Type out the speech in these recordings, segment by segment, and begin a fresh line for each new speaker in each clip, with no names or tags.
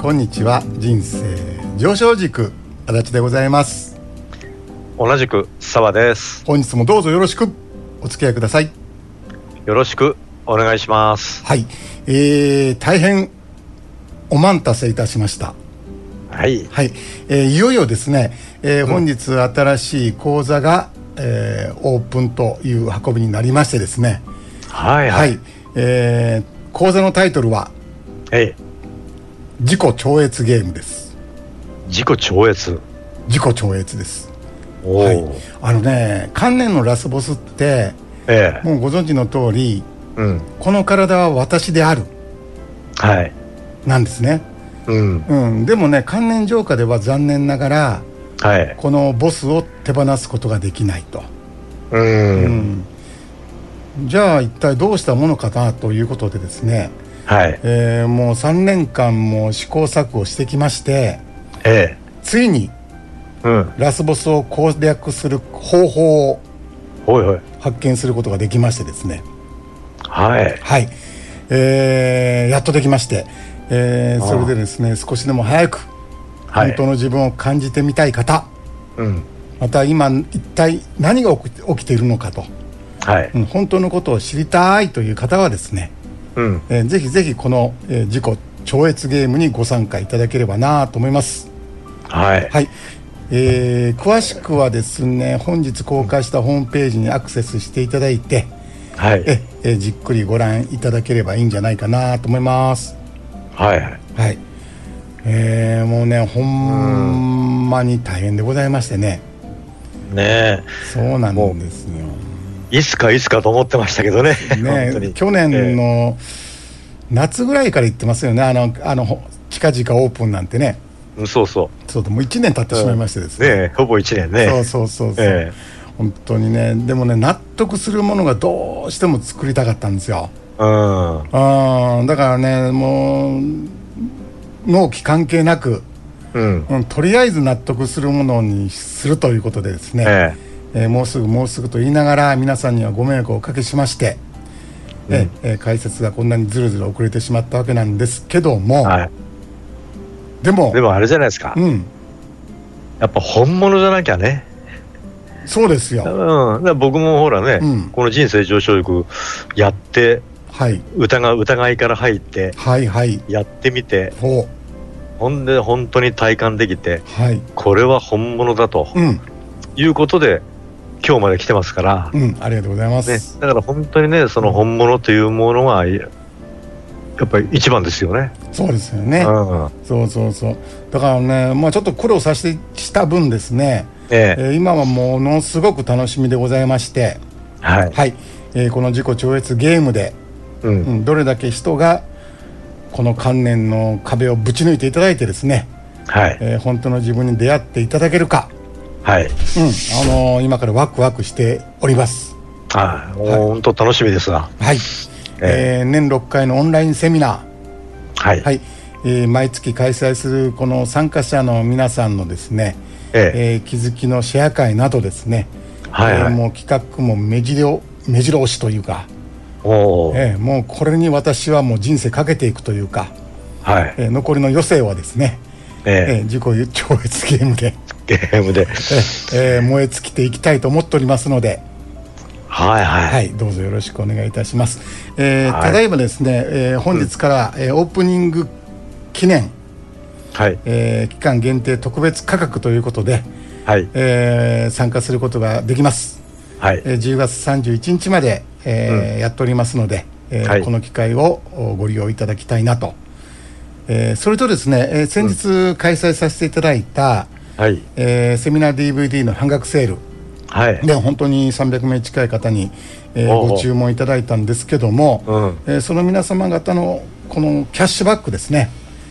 こんにちは人生上昇軸足立でございます
同じく澤です
本日もどうぞよろしくお付き合いください
よろしくお願いします
はい、えー、大変お待たせいたしました
はい
はい、えーいよいよですね、えー本日新しい講座が、えーオープンという運びになりましてですね
はい
は、
はいい
えー講座のタイトルは
ええ
自己超越ゲームです
自己超越
自己超越です
おお、
はいあのね観念のラスボスって
ええ
もうご存知の通り
うん
この体は私である
はい
なんですね、
うん
うん、でもね観念浄化では残念ながら
はい
このボスを手放すことができないと、
うん、
うん、じゃあ一体どうしたものかなということでですね、
はい
えーもう3年間も試行錯誤してきまして
ええ
ついに
うん
ラスボスを攻略する方法を
ほいほい
発見することができましてですね
はい
はい、えーやっとできまして、えー
ああ
それでですね少しでも早く
は
本
い
当の自分を感じてみたい方、
うん
また今一体何が起き起きているのかと、
はい
うん本当のことを知りたいという方はですね、
うん
えーぜひぜひこの、えー自己超越ゲームにご参加いただければなと思います。
はい
はいえー詳しくはですね本日公開したホームページにアクセスしていただいて
はい
え、えーじっくりご覧いただければいいんじゃないかなと思います。
はいはい
はい。えー、もうね、ほんまに大変でございましてね。
ね
そうなんですよ。
えいつかいつかと思ってましたけどね 本当
ね
に、
去年の夏ぐらいから言ってますよね。あの、あの、ほ近々オープンなんてね。
うんそうそ
そうもう1年経ってしまいましてです
うね
ね。
えほぼ一年ね
そうそうそうそう、
ええ
本当にね、でもね、納得するものがどうしても作りたかったんですよ。
うん
うん、だからね、もう、納期関係なく、
うん
うん、とりあえず納得するものにするということでですね、
え
えーもうすぐもうすぐと言いながら皆さんにはご迷惑をおかけしまして、えーえー解説がこんなにずるずる遅れてしまったわけなんですけども、
えはい
でも
でもあれじゃないですか
うん、
やっぱ本物じゃなきゃね。
そうです
う
よ、
ん。だから僕もほらね、
うん
この人生上昇力やって、
はい、
疑う、疑いから入って、
はいはい
やってみて、
ほう
ほんで本当に体感できて、
はい
これは本物だと
うん
いうことで、今日まで来てますから、
うんありがとうございま
ね
す、、
だから本当にね、その本物というものが、やっぱり一番ですよね。
そうですよね
うん。
そうそうそうだからねまあちょっと苦労させてした分ですね、
ええ
えー今はものすごく楽しみでございまして
はい。
はい、えーこの自己超越ゲームで
う。
うんん、どれだけ人がこの観念の壁をぶち抜いていただいてですね、
はい。
えー本当の自分に出会っていただけるか、
はい。
うんあのー今からワクワクしております
ああ、もう本当楽しみですな。
はい、え
え
ー年6回のオンラインセミナ
はい
ー、。はいえー毎月開催するこの参加者の皆さんのですね、
ええ
えー気づきのシェア会などですね、
はい
えー
はい。
もう企画も目白目白押しというか、
おー
えーもうこれに私はもう人生かけていくというか、
はい。
えー残りの余生はですね
え
え
え
ー自己超越ゲームで、
ゲームで。
えー燃え尽きていきたいと思っておりますので、
はいはい。
はい、どうぞよろしくお願いいたします、えー
はい
ただいまですね、えー本日から、えーオープニング記念、
はい。
えー期間限定特別価格ということで、
はい。
えー参加することができます、
はい。
えー10月31日まで、えーやっておりますので、えー
はい
この機会をおご利用いただきたいなと、えーそれとですね、えー先日開催させていただいた、
はい。
えーセミナー DVD の半額セール
はい。
で本当に300名近い方に、えー
おうおう
ご注文いただいたんですけども、
うん
えーその皆様方のこのキャッシュバックですね、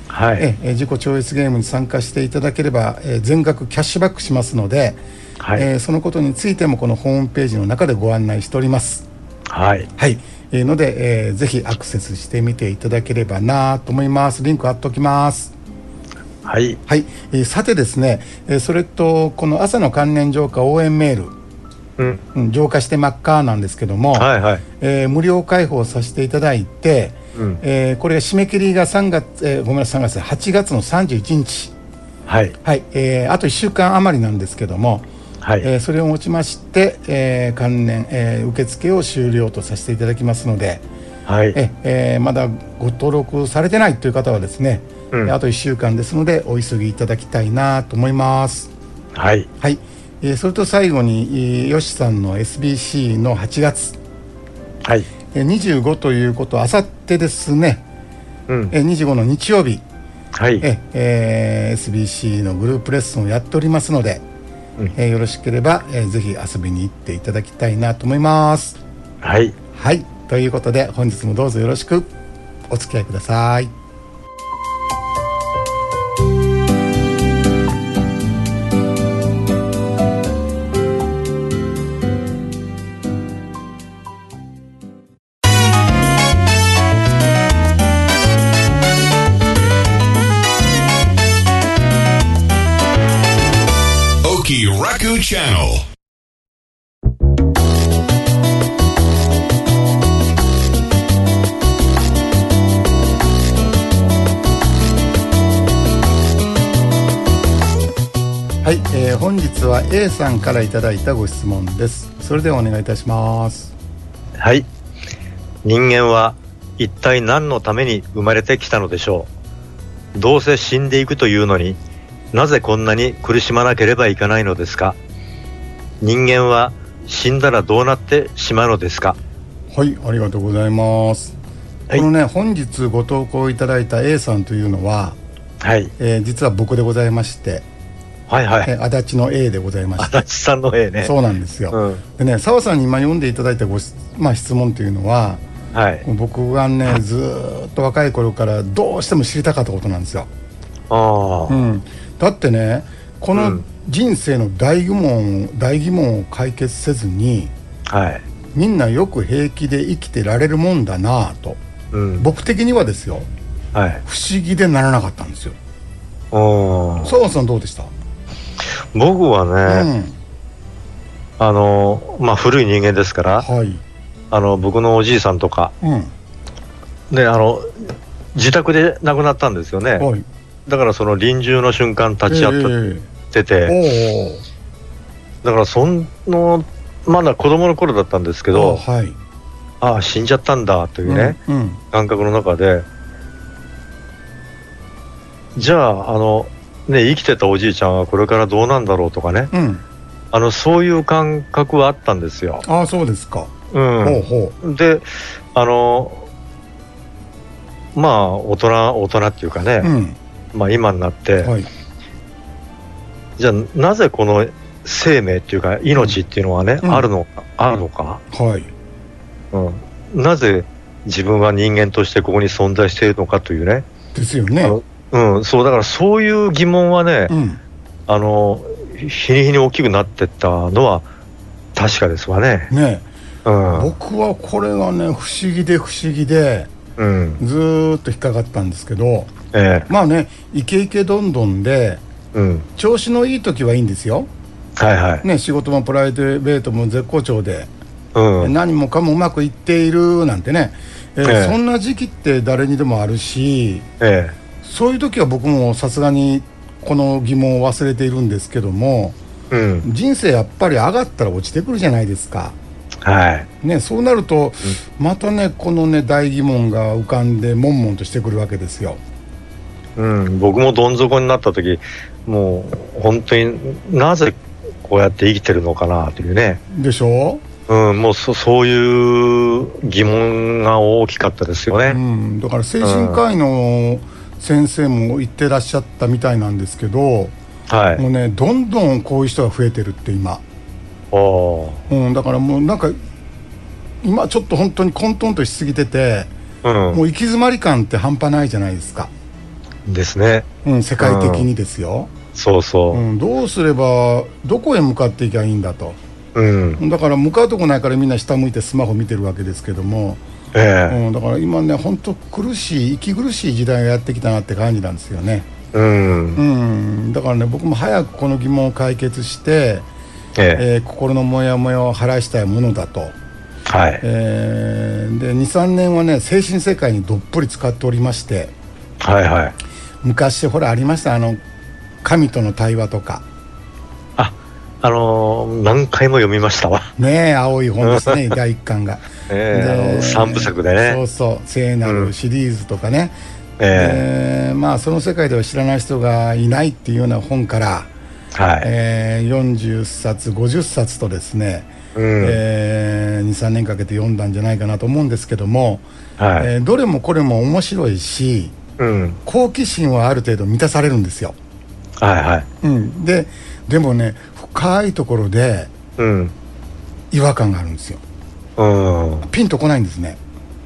は
え
い。
ーえー自己超越ゲームに参加していただければ、えー全額キャッシュバックしますので、
はい
えーそのことについてもこのホームページの中でご案内しております。
はい。
はい、えーので、えーぜひアクセスしてみていただければなと思います。リンク貼っときます。
はい。
はい、えーさてですね、えーそれとこの朝の関連浄化応援メール、
うん。
うん、浄化して真っ赤なんですけども、
はいはい。
えー無料開放させていただいて、
うん
えーこれが締め切りが3月、えーごめんなさい3月8月の31日、
はい
はいえーあと1週間余りなんですけども、
はい、
えーそれをもちまして、えー関連、えー受付を終了とさせていただきますので、
はい
ええーまだご登録されてないという方はですね、
うん
あと1週間ですのでお急ぎいただきたいなと思います。
はい
はい、えーそれと最後に、えー、よしさんの SBC の8月、
はい
えー25ということあさってですね、
うん
えー25の日曜日、
はい
えーえー SBC のグループレッスンをやっておりますので、
うん
えーよろしければ、えーぜひ遊びに行っていただきたいなと思います。
はい
はい、ということで本日もどうぞよろしくお付き合いください。
Oki Raku Channel.
はい、えー本日は A さんからいただいたご質問です。それではお願いいたします。
はい人間は一体何のために生まれてきたのでしょうどうせ死んでいくというのになぜこんなに苦しまなければいけないのですか人間は死んだらどうなってしまうのですか
はい、ありがとうございます。
はい
このね、本日ご投稿いただいた A さんというのは、
はい
えー実は僕でございまして、
はいはい
えー足立の A でございまし
足立さんの絵
て、
ね
そうなんですよ。
うん
でね、澤さんに今読んでいただいたごし、まあ、質問というのは、
はい
僕がね、ずーっと若い頃からどうしても知りたかったことなんですよ。
あ
う
あ
ん、だってねこ
う
の
ん
人生の大疑問を大疑問を解決せずに
はい
みんなよく平気で生きてられるもんだなぁと
うん
僕的にはですよ
はい
不思議でならなかったんですよ
うん
澤さんどうでした、
僕はね、あのまあ古い人間ですから
うんはい
あの僕のおじいさんとか
うん
ね、あの自宅で亡くなったんですよね、
はい
だからその臨終の瞬間、立ち
え
会ってて、
えええ
だからその、まだ子供の頃だったんですけ
おお
ど、
はい
ああ、死んじゃったんだというね、
うんうん
感覚の中で、じゃああの、ね、生きてたおじいちゃんはこれからどうなんだろうとかね、
うん
あのそういう感覚はあったんですよ。
ああそうですか、
う、
ほうんほ
であのまあ大人大人っていうか
うう
ね、
ん
まあ、今になって、
はい
じゃあなぜこの生命っていうか命っていうのはね、
うん
あるのかあるのか、
はい
うん、なぜ自分は人間としてここに存在しているのかというね、
ですよね
あのうん、そうだからそういう疑問はね、
うん
あの日に日に大きくなってったのは確かですわね。
ね
うん
僕はこれがね不思議で不思議で
うん
ずーっと引っかかったんですけど
ええ
まあねイケイケどんどんで
うん
調子のいい時はいいんですよ、
はいはい、
ね、仕事もプライベートも絶好調で、
うん、
何もかもうまくいっているなんてね、えー
ええ
そんな時期って誰にでもあるし
え
そういう時は僕もさすがにこの疑問を忘れているんですけども
えうん
人生やっぱり上がったら落ちてくるじゃないですか。
はい
ね、そうなると、またねこのね大疑問が浮かんで悶々としてくるわけですよ。
うん、僕もどん底になった時もう本当になぜこうやって生きてるのかなというね、
でしょ
うん、もうそそういう疑問が大きかったですよ
う
ね。
ん、だから精神科医の先生も言ってらっしゃったみたいなんですけど、
はい、
もうねどんどんこういう人が増えてるって今、
おー
うん、だからもうなんか今ちょっと本当に混沌としすぎてて
う
もう行き詰まり感って半端ないじゃないですか、
ん、ですね。
うん、世界的にですよ、
そうそうう。
ん、どうすればどこへ向かっていけばいいんだと
うん、
だから向かうとこないからみんな下向いてスマホ見てるわけですけども、
ええ
うん、だから今ね本当苦しい息苦しい時代がやってきたなって感じなんですよね、
うん
う、ん、だからね僕も早くこの疑問を解決して
え
え
え
ー心のモヤモヤを晴らしたいものだと、
はい。
えーで23年はね精神世界にどっぷり使っておりまして
はいはい。
昔ほらありましたあの神との対話とか
あ、あのー何回も読みましたわ。
ねえ青い本です ね第1巻が。
ええあの
で
三部作で
そう
ね。
そう聖なるシリーズとかね、
え
えーまあその世界では知らない人がいないっていうような本から、
えはい。
えー40冊50冊とですね、
うん。
え23年かけて読んだんじゃないかなと思うんですけども、
はい。
えーどれもこれも面白いし
うん。
好奇心はある程度満たされるんですよ、
はいはい。
うん、ででもね深いところで
うん。
違和感があるんですよ
うん。
ピンとこないんですね、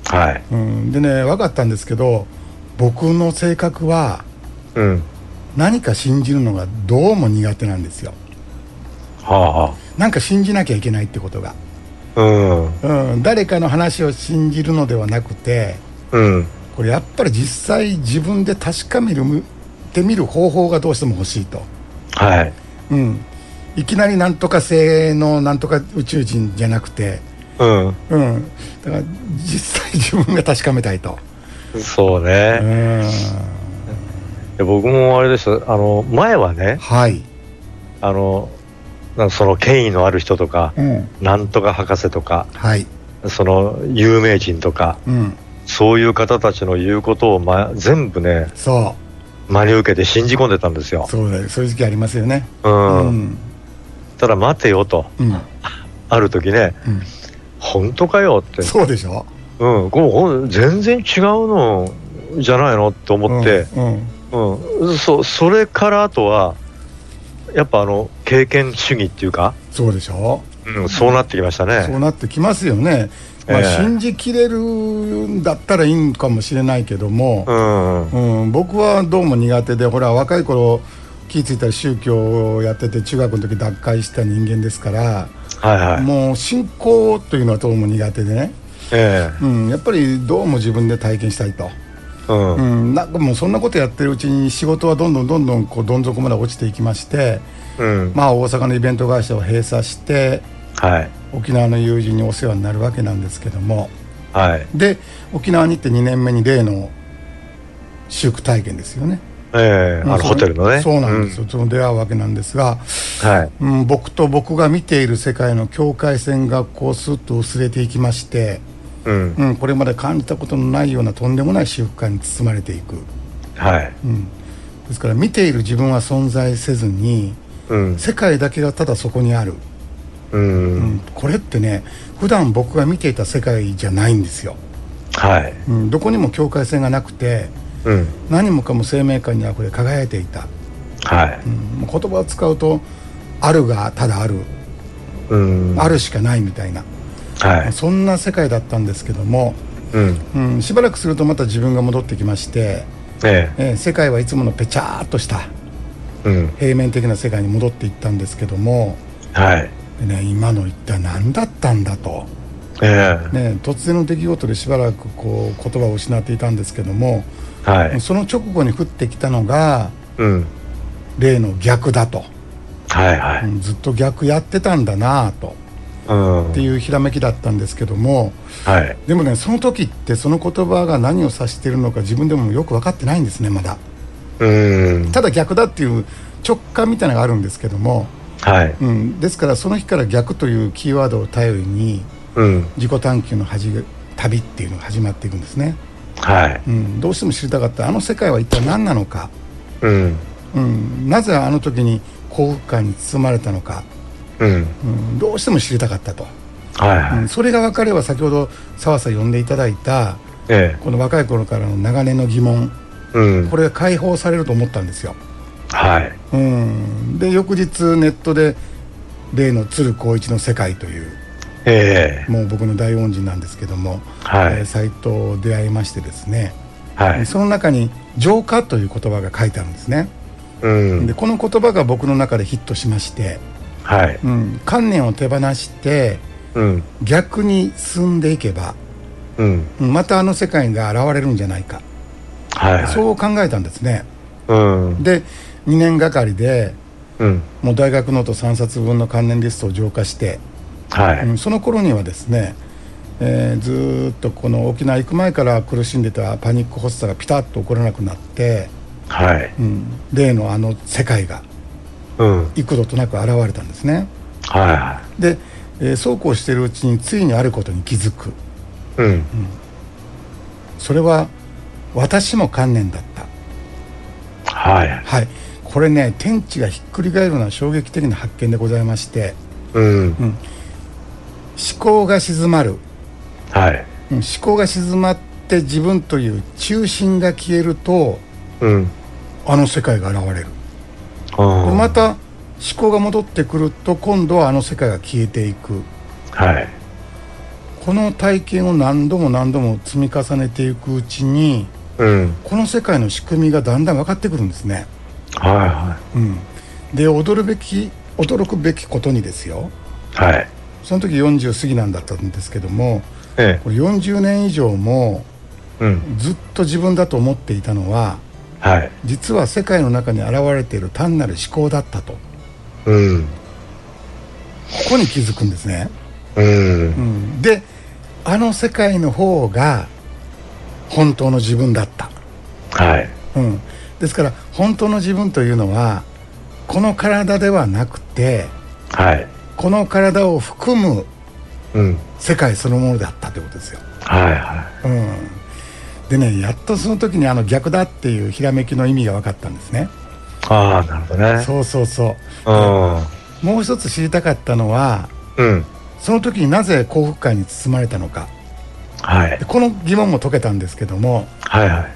はい。
うん、でね分かったんですけど僕の性格は
うん。
何か信じるのがどうも苦手なんですよ
はあは
なんか信じなきゃいけないってことが、
あ。うん。
うん、誰かの話を信じるのではなくて
うん。
これやっぱり実際自分で確かめるてみる方法がどうしても欲しいと、
はい。
うん、いきなりなんとか性のなんとか宇宙人じゃなくて、
うん。
うん、だから実際自分が確かめたいと、
そう
う
ね。
ん、
いや僕もあれでした。あの、前はね、
はい、
あの、なんその権威のある人とか、
うん、
なんとか博士とか、
はい、
その有名人とか、
うん、
そういう方たちの言うことを、ま、全部ね、
そ
真に受けて信じ込んでたんですよ
う。そうだよそういう時期ありますよね
うん。
うん
ただ待てよと。
うん
ある時ね、
うん
本当かよって。
そうでしょ
うん。こうほん全然違うのじゃないのと思って、
うんうん
うん、そ、それからあとは、やっぱあの、経験主義っていうか、
そうでしょ
うん、そうなってきました
そう
ね。
なってきますよね、まあ
ええ
信じきれるんだったらいいんかもしれないけども
う、ん。
うん僕はどうも苦手でほら若い頃気ぃ付いたら宗教をやってて中学の時脱会した人間ですから、
はいはい。
もう信仰というのはどうも苦手でね、
え
うん、やっぱりどうも自分で体験したいと、
えうん。
う
うん。
ん、なんかもうそんなことやってるうちに仕事はどんどんどんどんこうどん底まで落ちていきまして、まあ、大阪のイベント会社を閉鎖して
はい。
沖縄の友人にお世話になるわけなんですけども
はい。
で沖縄に行って2年目に例の修復体験ですよね
ええあの、ホテルのね。
そうなんですよ、その出会うわけなんですが、
うん。はい。
うん、僕と僕が見ている世界の境界線がこうスッと薄れていきまして、
うん。
うん、これまで感じたことのないようなとんでもない修復感に包まれていく、
はい。
うん、ですから見ている自分は存在せずに
うん。
世界だけがただそこにある、
う。
うんん、これってね普段僕が見ていた世界じゃないんですよ、
はい。
うん、どこにも境界線がなくて
うん。
何もかも生命感にあふれ輝いていた、
はい。
うん、もう言葉を使うと「ある」がただある
う
「
ん。
ある」しかないみたいな、
はい。
そんな世界だったんですけども、
うん。
うん、しばらくするとまた自分が戻ってきまして、
え
えー世界はいつものぺちゃーっとした
え。うん。
平面的な世界に戻っていったんですけども、
はい。
でね、今の一体何だったんだと、
ええ。
ね、突然の出来事でしばらくこう言葉を失っていたんですけども
はい。
その直後に降ってきたのが
うん。
例の逆だと、
はいうは
んずっと逆やってたんだなぁと
い。うん。
っていうひらめきだったんですけども
はい。
でもねその時ってその言葉が何を指しているのか自分でもよく分かってないんですねまだ
うん。
ただ逆だっていう直感みたいなのがあるんですけども、
はい。
うん、ですからその日から逆というキーワードを頼りに
うん。
自己探求の始め旅っていうのが始まっていくんですね、
はい。
うん、どうしても知りたかったあの世界は一体何なのか、
うん。
うん、なぜあの時に幸福感に包まれたのか、
うん。
うん、どうしても知りたかったと、
はいは
うん、
い。
それが分かれば先ほど澤さん呼んでいただいた
え
この若い頃からの長年の疑問
え。うん
こ。れが解放されると思ったんですよ、
はい。
うん、で翌日ネットで例の鶴光一の世界という
ええ。
もう僕の大恩人なんですけども、
は
えー
い。
サイトを出会いましてですね、
はい。
その中に「浄化」という言葉が書いてあるんですね
うん
で。この言葉が僕の中でヒットしまして、
はい。
うん、観念を手放して
うん。
逆に進んでいけば
うん。
うんまたあの世界が現れるんじゃないか、
はい。はい。
そう考えたんですね
うん。
で2年がかりで
うん。
もう大学ノート3冊分の関連リストを浄化して、
は
う
い。
んその頃にはですねえーずーっとこの沖縄行く前から苦しんでたパニック発作がピタッと起こらなくなって、
はい。
うん例のあの世界が
うん。はい
幾度となく現れたんですね
は
で、えーそうこうしてるうちについにあることに気づく
い。うん。
それは私も観念だった
はい。
はいこれね天地がひっくり返るような衝撃的な発見でございまして
うん。
思考が静まる
はい。
うん思考が静まって自分という中心が消えると
うん。
あの世界が現れる
あ
で
ー
また思考が戻ってくると今度はあの世界が消えていく
はい。
この体験を何度も何度も積み重ねていくうちに
うん。
この世界の仕組みがだんだん分かってくるんですね、
は
うん、で驚るべき驚くべきことにですよ
いはい。はい。
その時40過ぎなんだったんですけども
え
これ40年以上も
え。うん。
ずっと自分だと思っていたのは
はい。
実は世界の中に現れている単なる思考だったとこ
うん。
こに気づくんですね、
うん
う。ん、であの世界の方が本当の自分だった、
はい。
うん、ですから本当の自分というのはこの体ではなくて
はい。
この体を含む
うん。
世界そのものだったということですよ、
はいは
うん、でねやっとその時にあの逆だっていうひらめきの意味が分かったんですね
い。ああ、なるほどね。
そうそうそううもう一つ知りたかったのは
ん。うん。
その時になぜ幸福感に包まれたのか
はい
で。この疑問も解けたんですけども
はいはい。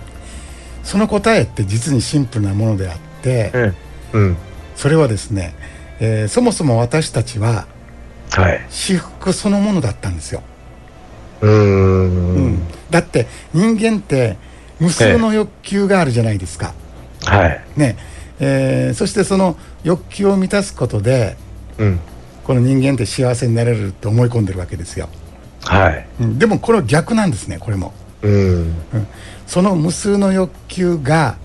その答えって実にシンプルなものであって
うん。うん。
それはですね、えーそもそも私たちは
はい。
私服そのものだったんですよ、
うーん。
だって人間って無数の欲求があるじゃないですか、
はい。
ねえーそしてその欲求を満たすことで
うん。
この人間って幸せになれると思い込んでるわけですよ、
はい。
うんでもこれは逆なんですねこれも、
うん。
うんその無数の欲求が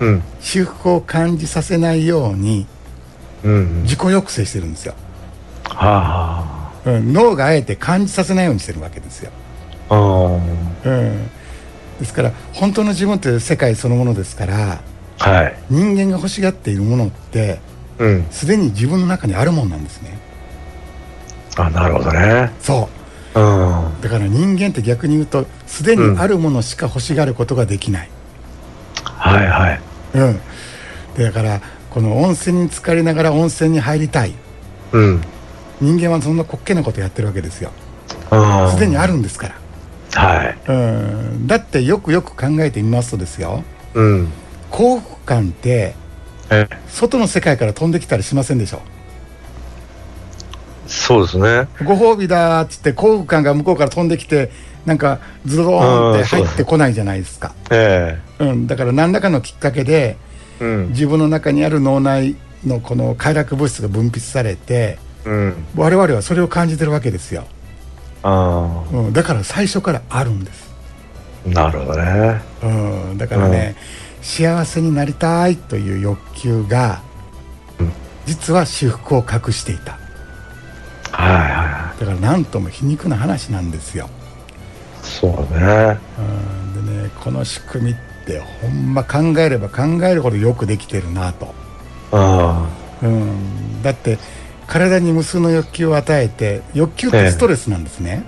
うん。
私服を感じさせないように
うん。
自己抑制してるんですよ、
は
うん、脳があえて感じさせないようにしてるわけですよ、
あ。うん。
うん、ですから本当の自分という世界そのものですから
はい。
人間が欲しがっているものって
うん。
すでに自分の中にあるもんなんですね
あ、なるほどね。
そ
うん。
うだから人間って逆に言うとすでにあるものしか欲しがることができない、
はいはい。
うん、だからこの温泉に浸かりながら温泉に入りたい
うん。
人間はそんな滑稽なことやってるわけですよすでにあるんですから
はい。
うんだってよくよく考えてみますとですよ
うん。
幸福感って
え、
外の世界から飛んできたりしませんでしょ
そうですね。
ご褒美だーっつって幸福感が向こうから飛んできてなんかズドーンって入ってこないじゃないですか、
え
うん、だから何らかのきっかけで
え。うん。
自分の中にある脳内のこの快楽物質が分泌されて
うん。
我々はそれを感じてるわけですよ、
あ
うん、だから最初からあるんです、
あ。なるほどね。
うん、だからね、幸せになりたいという欲求が実は私服を隠していた
はいは
だから何とも皮肉な話なんですよ
い。そうね。
うんでねこの仕組みってほんま考えれば考えるほどよくできてるなと、
うん。
うん、だって体に無数の欲求を与えて欲求っ
え
て
え
ストレスなんですね、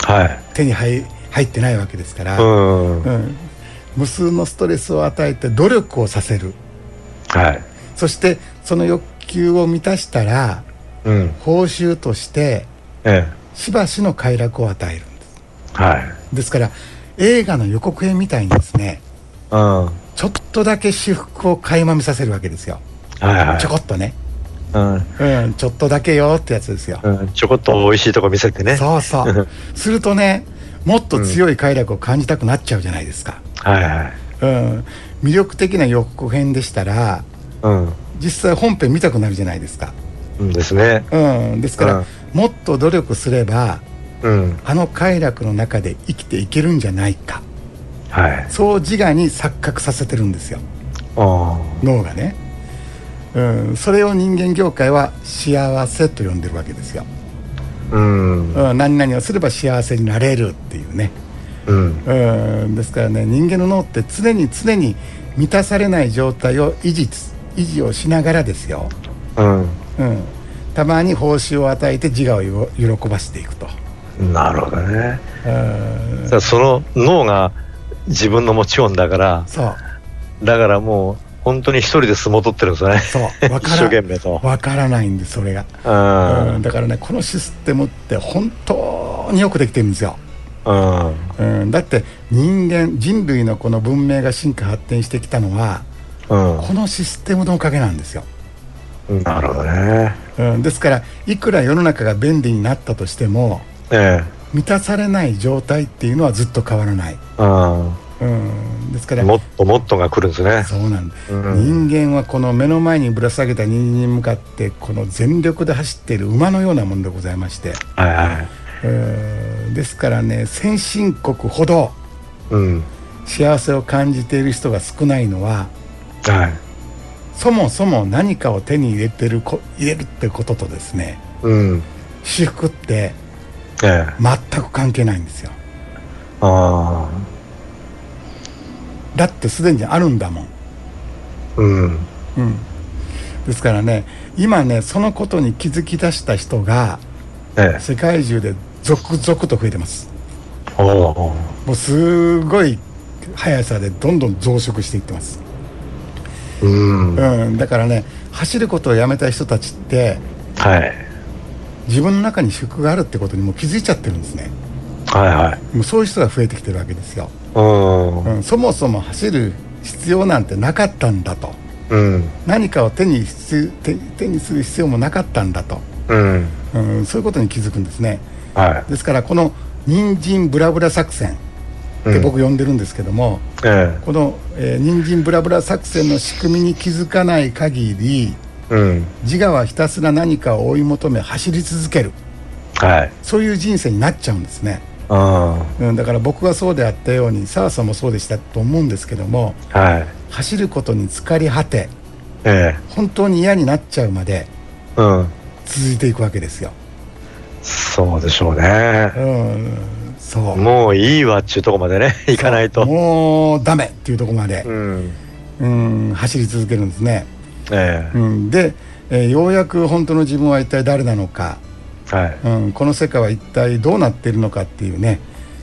はい。
手に入入ってないわけですから、
うん。
う
は
ん無数のストレスを与えて努力をさせる
い。
そしてその欲求を満たしたら
うん。
報酬として
ええ。
しばしの快楽を与えるんです
はい。
ですから映画の予告編みたいにですね
うん。は
ちょっとだけ私服を垣間見させるわけですよ
いは
ちょ
い。
こっとね、
うん。
うん、ちょっとだけよってやつですよ。
うんちょこっと美味しいとこ見せてね。
そう そう。するとね、もっと強い快楽を感じたくなっちゃうじゃないですか。
はいはい。
うん、魅力的な予告編でしたら、
うん。
実際本編見たくなるじゃないですか。
うんですね。
うん、ですから、
うん
もっと努力すれば、
うん。
あの快楽の中で生きていけるんじゃないか。
はい。
そう自我に錯覚させてるんですよ。
う
脳がね。うん、それを人間業界は幸せと呼んでるわけですよ。
ん。うん。
うん、何々をすれば幸せになれるっていうね、
うん。
うん、ですからね人間の脳って常に常に満たされない状態を維持つ維持をしながらですよ、
う
うん、たまに報酬を与えて自我をよ喜ばしていくと、
ん。なるほどね。
うん、
だからその脳が自分の持ち音だから、
そう
だからもう本当に一人で相撲取ってるんですよね。
そう分
一
か
生懸
ら
命と。
分からないんでそれが、
うん。う
うんん、だからねこのシステムって本当によくできてるんですよ、。うん、だって人間人類のこの文明が進化発展してきたのはこのシステムのおかげなんですよ、
うん。なるほどね。
うん、ですからいくら世の中が便利になったとしても
え
満たされない状態っていうのはずっと変わらない、
え。うん。
うん、ですから
もっともっとが来るんですね。
そうなんだ、
うん
人間はこの目の前にぶら下げた人間に向かってこの全力で走っている馬のようなものでございまして、
はいはい。
うんですからね先進国ほど
うん。
幸せを感じている人が少ないのは
はい。
そもそも何かを手に入れてるこ入れるってこととですね
うん。
私服って
ええ。
全く関係ないんですよ
ああ。
だってすでにあるんだもん、
うん。
うん、ですからね今ねそのことに気づき出した人が
ええ。
世界中で続々と増えてます
おお。
もうすごい速さでどんどん増殖していってます、
うん。は
うん、だからね走ることをやめた人たちって
い。
自分の中に祝福があるってことにもう気づいちゃってるんですね
はいはい。
もうそういう人が増えてきてるわけですよ、
うん。
うん、そもそも走る必要なんてなかったんだと
うん。
何かを手に必手手にする必要もなかったんだと、
うん。
うん、そういうことに気づくんですね
は
ですからこの人参ブラブラ作戦
い。
って
うん、
僕呼んでるんですけども、
え
この、えー、人参ブラブラ作戦の仕組みに気づかない限り
え。うん。
自我はひたすら何かを追い求め走り続ける
はい。
そういう人生になっちゃうんですね、
あ
うん、だから僕がそうであったように澤さんもそうでしたと思うんですけども
あ。はい。
走ることに疲れ果て
ええ。
本当に嫌になっちゃうまで
うん。
続いていくわけですよ、
そうでしょうね
う。ん、そう
もういいわっちゅうとこまでね、 行かないと。
もうダメっていうところまで
う、ん。
うん、走り続けるんですね、
え
うん、で、えーようやく本当の自分は一体誰なのか
え。はい。
うん、この世界は一体どうなっているのかっていうね、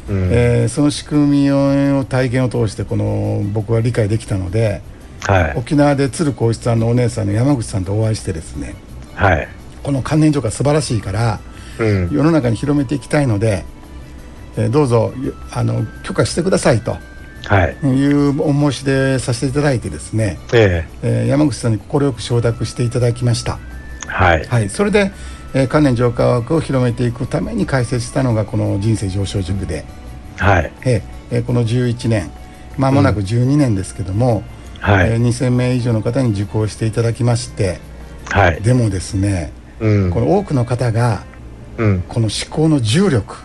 うん。
えーその仕組みを体験を通してこの僕は理解できたので
はい。
沖縄で鶴光一さんのお姉さんの山口さんとお会いしてですね
はい。
この関連所が素晴らしいから
うん。
世の中に広めていきたいので、えーどうぞよあの許可してくださいと
はい。
いうお申し出させていただいてですね、
え
えー山口さんに快く承諾していただきました。
え。はい。
はい、それで、えー、関連浄化枠を広めていくために開設したのがこの人生上昇塾で、
はい。
えーえーこの11年まもなく12年ですけども、
は
えー
い。
2000名以上の方に受講していただきまして
はい。
でもですね
うん
こ。の多くの方が
うん。
この思考の重力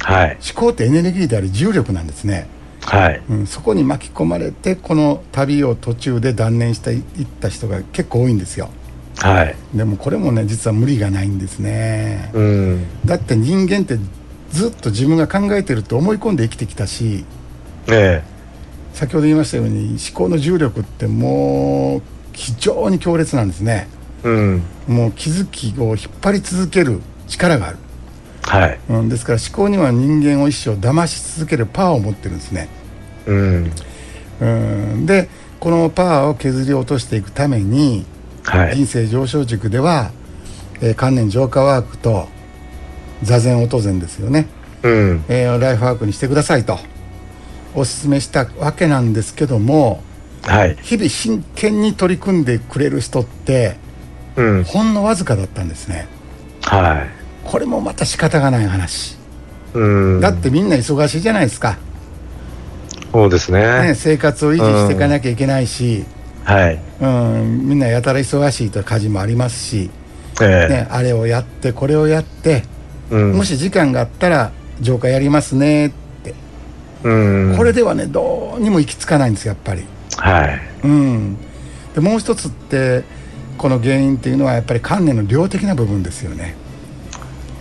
はい。
思考ってエネルギーであり重力なんですね、
はい。
うん、そこに巻き込まれてこの旅を途中で断念していった人が結構多いんですよ
はい。
でもこれもね実は無理がないんですね
うん。
だって人間ってずっと自分が考えてると思い込んで生きてきたし
え
先ほど言いましたように思考の重力ってもう非常に強烈なんですね
え。うん。
もう気づきを引っ張り続ける力がある、
はい。
うん、ですから思考には人間を一生騙し続けるパワーを持ってるんですね
うん。
うんでこのパワーを削り落としていくために
はい。
人生上昇塾では、えー観念浄化ワークと座禅音禅ですよね
うん。
えーライフワークにしてくださいとお勧めしたわけなんですけども
はい。
日々真剣に取り組んでくれる人って
うん。
ほんのわずかだったんですね
は
これもまた仕方がない話
い。うん。
だってみんな忙しいじゃないですか、
そうです
ね、
ね。
生活を維持していかなきゃいけないし、
はい。
うん、みんなやたら忙しいと家事もありますし、
ええ。
ね、あれをやってこれをやって
うん
も。し時間があったら浄化やりますねって
うん。
これではねどうにも行き着かないんですやっぱり。
はい。
うん、でもう一つってこの原因っていうのはやっぱり観念の量的な部分ですよね、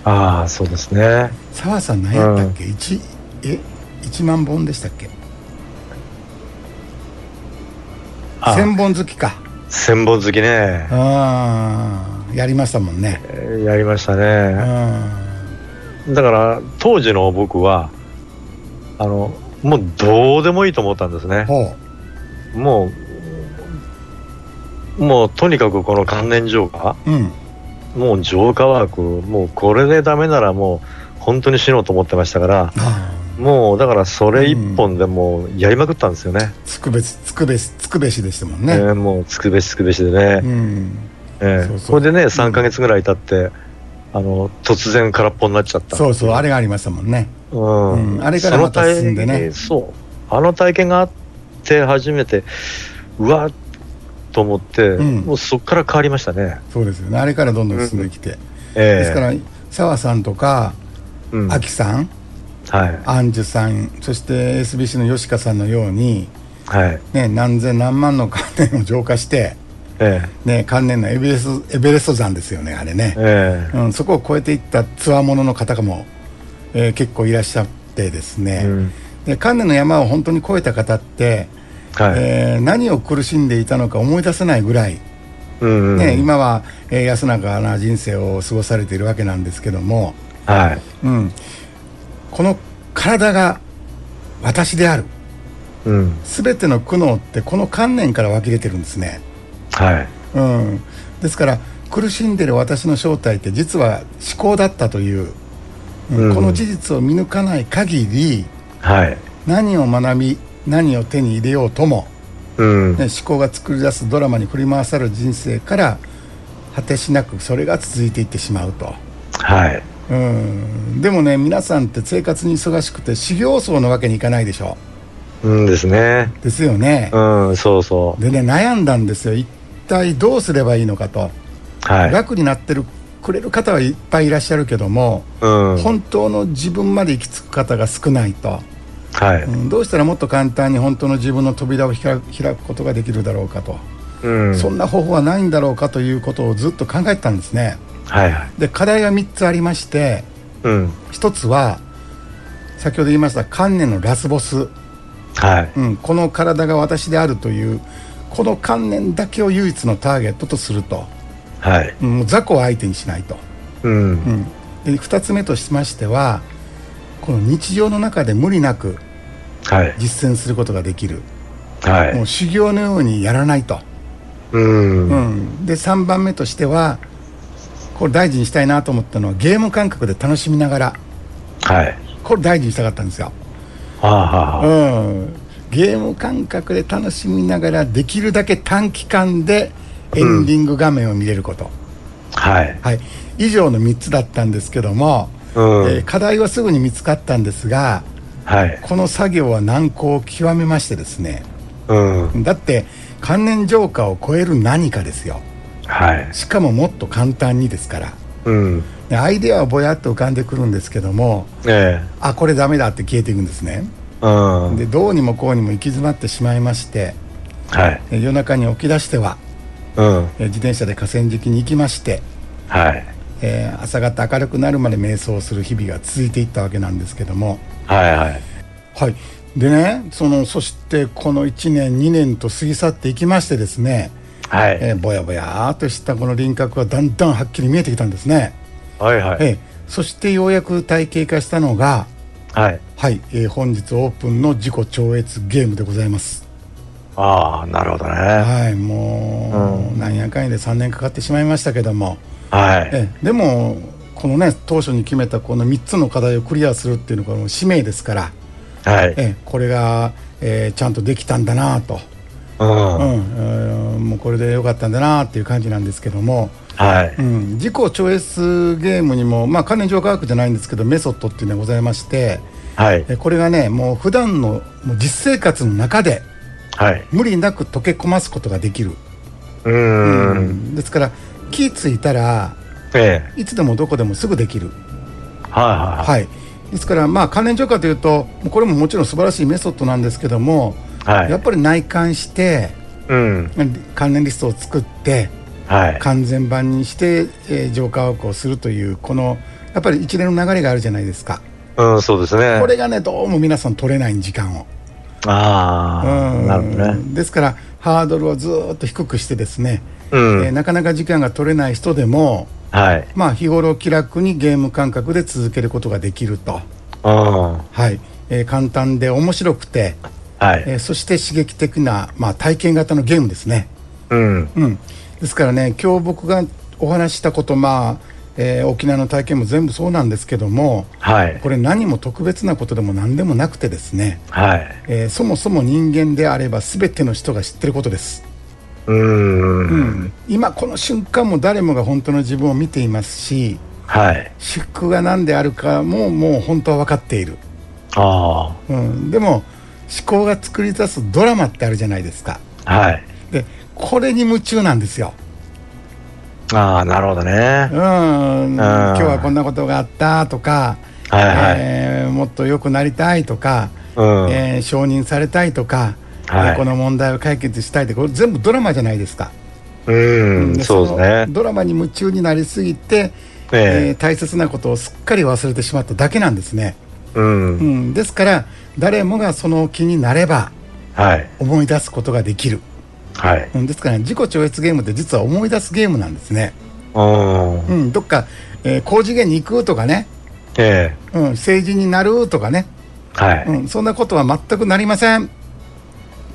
ああそうですね
澤さん何やったっけ、一え一万本でしたっけ
ああ
千本好きか
千本好きね、
ああやりましたもんね
えーやりました
う
ね、
ん
だから当時の僕はあのもうどうでもいいと思ったんですね
ほ
もうもうとにかくこの関連浄化
ううん
もう浄化枠もうこれでダメならもう本当に死のうと思ってましたから
ああ
もうだからそれ一本でもうやりまくったんですよね、
つくべしつくべしつくべしでしたもんね、
えーもうつくべしつくべしでね、
うん
ええ
そうそう
これでね3ヶ月ぐらい経って、あの突然空っぽになっちゃった
そうそうあれがありましたもんね
う、
うんあれからまた
その体
進んでね
そうあの体験があって初めてうわっと思って、
ん
もうそこから変わりましたね
そうですよねあれからどんどん進んできて、
ええ
ですから澤さんとか
うん
アキさん
はい
アンジュさんそして SBC の吉川さんのように、
はい
ね、何千何万の観念を浄化して、
え
ね、観念のエベレストエベレスト山ですよねあれね
え、え
うん、そこを越えていったつわものの方も、えー結構いらっしゃってですね、
えうん
で観念の山を本当に越えた方って、
はい、
えー何を苦しんでいたのか思い出せないぐらい、
うんうん
ね今は、えー安らかな人生を過ごされているわけなんですけども、
はい
うん、この体が私である
うん
全ての苦悩ってこの観念から湧き出てるんですね、
はい
うん、ですから苦しんでる私の正体って実は思考だったという、うん
うん
この事実を見抜かない限り
はい
何を学び何を手に入れようとも、
うん、
ね、思考が作り出すドラマに振り回される人生から果てしなくそれが続いていってしまうと。
はい
うん、でもね皆さんって生活に忙しくて修行僧のわけにいかないでしょ
うんですね
ですよね、
うんそうそう
でね悩んだんですよ一体どうすればいいのかと、
はい
楽になってるくれる方はいっぱいいらっしゃるけども、
うん
本当の自分まで行き着く方が少ないと、、
はいう
んどうしたらもっと簡単に本当の自分の扉を開く開くことができるだろうかと、
うん、
そんな方法はないんだろうかということをずっと考えてたんですね
はいはい
で課題が3つありまして
うん
一つは先ほど言いました観念のラスボス、
はい
うん、この体が私であるというこの観念だけを唯一のターゲットとすると、
はい
うん、もう雑魚を相手にしないと、
うん
うん、で2つ目としましてはこの日常の中で無理なく
はい
実践することができる
は
も
いう
修行のようにやらないと、
うん
う
は
ん、で3番目としてはこれ大事にしたいなと思ったのはゲーム感覚で楽しみながら
い
これ大事にしたかったんですよ
はあはあ
うん、ゲーム感覚で楽しみながらできるだけ短期間でエンディング画面を見れること、
はい
はい、以上の3つだったんですけども、
うん
えー課題はすぐに見つかったんですが
はい
この作業は難航を極めましてですね
うん
だって関連浄化を超える何かですよ
はい
しかももっと簡単にですから
うん
でアイデアはぼやっと浮かんでくるんですけども
え
あこれダメだって消えていくんですね
えうん
でどうにもこうにも行き詰まってしまいまして
はい
えー夜中に起き出しては
うん
えー自転車で河川敷に行きまして、
はい
えー朝方明るくなるまで瞑想をする日々が続いていったわけなんですけども
はいはい
はいでねそのそしてこの1年2年と過ぎ去っていきましてですね、
はい
えーぼやぼやーっとしたこの輪郭がだんだんはっきり見えてきたんですね、
はいはい
えーそしてようやく体系化したのが
はい
はい、えー本日オープンの自己超越ゲームでございます
ああなるほどね
はいもう、なんやかんやで3年かかってしまいましたけども
はい
ええでもこのね当初に決めたこの3つの課題をクリアするっていうのがもう使命ですから、
はい
ええこれが、ええちゃんとできたんだなと、
うん
うんええもうこれでよかったんだなっていう感じなんですけども、
はい
うん、自己超越ゲームにも、まあ、関連上科学じゃないんですけどメソッドっていうのがございまして、
はい
ええこれがねもう普段のもう実生活の中で
はい
無理なく溶け込ますことができる、
うん
ですから気付いたら
ええ
いつでもどこでもすぐできる。
は
はい、ですから、まあ、関連浄化というとこれももちろん素晴らしいメソッドなんですけども、
いはいは
や
い
っぱり内観して
うん
関連リストを作って、
はい。
完全版にして、えー浄化をこうするというこのやっぱり一連の流れがあるじゃないですか
うん、そうですね。
これがねどうも皆さん取れない時間を、
ああ、
うん
なるほどね。
ですからハードルをずーっと低くしてですね、
う
えー
ん。
なかなか時間が取れない人でも
はい。
まあ日頃気楽にゲーム感覚で続けることができると
うん。
はい、えー簡単で面白くて、
はい。
えーそして刺激的な、まあ、体験型のゲームですね
うん。
うん、ですからね今日僕がお話ししたことまあ、えー沖縄の体験も全部そうなんですけども
はい。
これ何も特別なことでも何でもなくてですね、
はい。
えーそもそも人間であれば全ての人が知ってることです、
うーん。
今この瞬間も誰もが本当の自分を見ていますし
はい。
私服が何であるかももう本当は分かっている、
あ
うん、でも思考が作り出すドラマってあるじゃないですか
あ。はい。
でこれに夢中なんですよ
ああ、なるほどね
う。ん、今日はこんなことがあったとか、
はいはい
えーもっと良くなりたいとか、
うん。
えー承認されたいとか、
はい
えーこの問題を解決したいってこれ全部ドラマじゃないですか、
うん、
で
そうです
その
ね。
ドラマに夢中になりすぎて、えー
え
大切なことをすっかり忘れてしまっただけなんですね、
え。う。
うんん、ですから誰もがその気になれば
はい。
思い出すことができる、
はい。
うん、ですから、ね、自己超越ゲームって実は思い出すゲームなんですね、
うん。
うん、どっか、えー高次元に行くとかね
ええ。
うん、政治になるとかね、
はい。
うん、そんなことは全くなりません。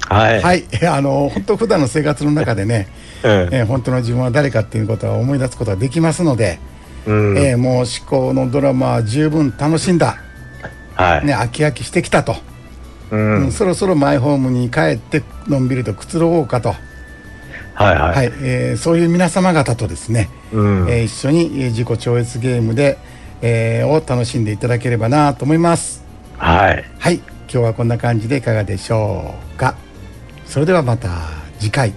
はい。
はい、 あの本当普段の生活の中でね、
え
えー本当の自分は誰かっていうことは思い出すことができますので、
え。うん。
えーもう思考のドラマは十分楽しんだ、
はい。
ね、飽き飽きしてきたと、
う。
うんんそろそろマイホームに帰ってのんびりとくつろごうかと、
はいは。
はいいえーそういう皆様方とですね、
うん。
えー一緒にえー自己超越ゲームで、えーを楽しんでいただければなと思います。
はい。
はい今日はこんな感じでいかがでしょうかそれではまた次回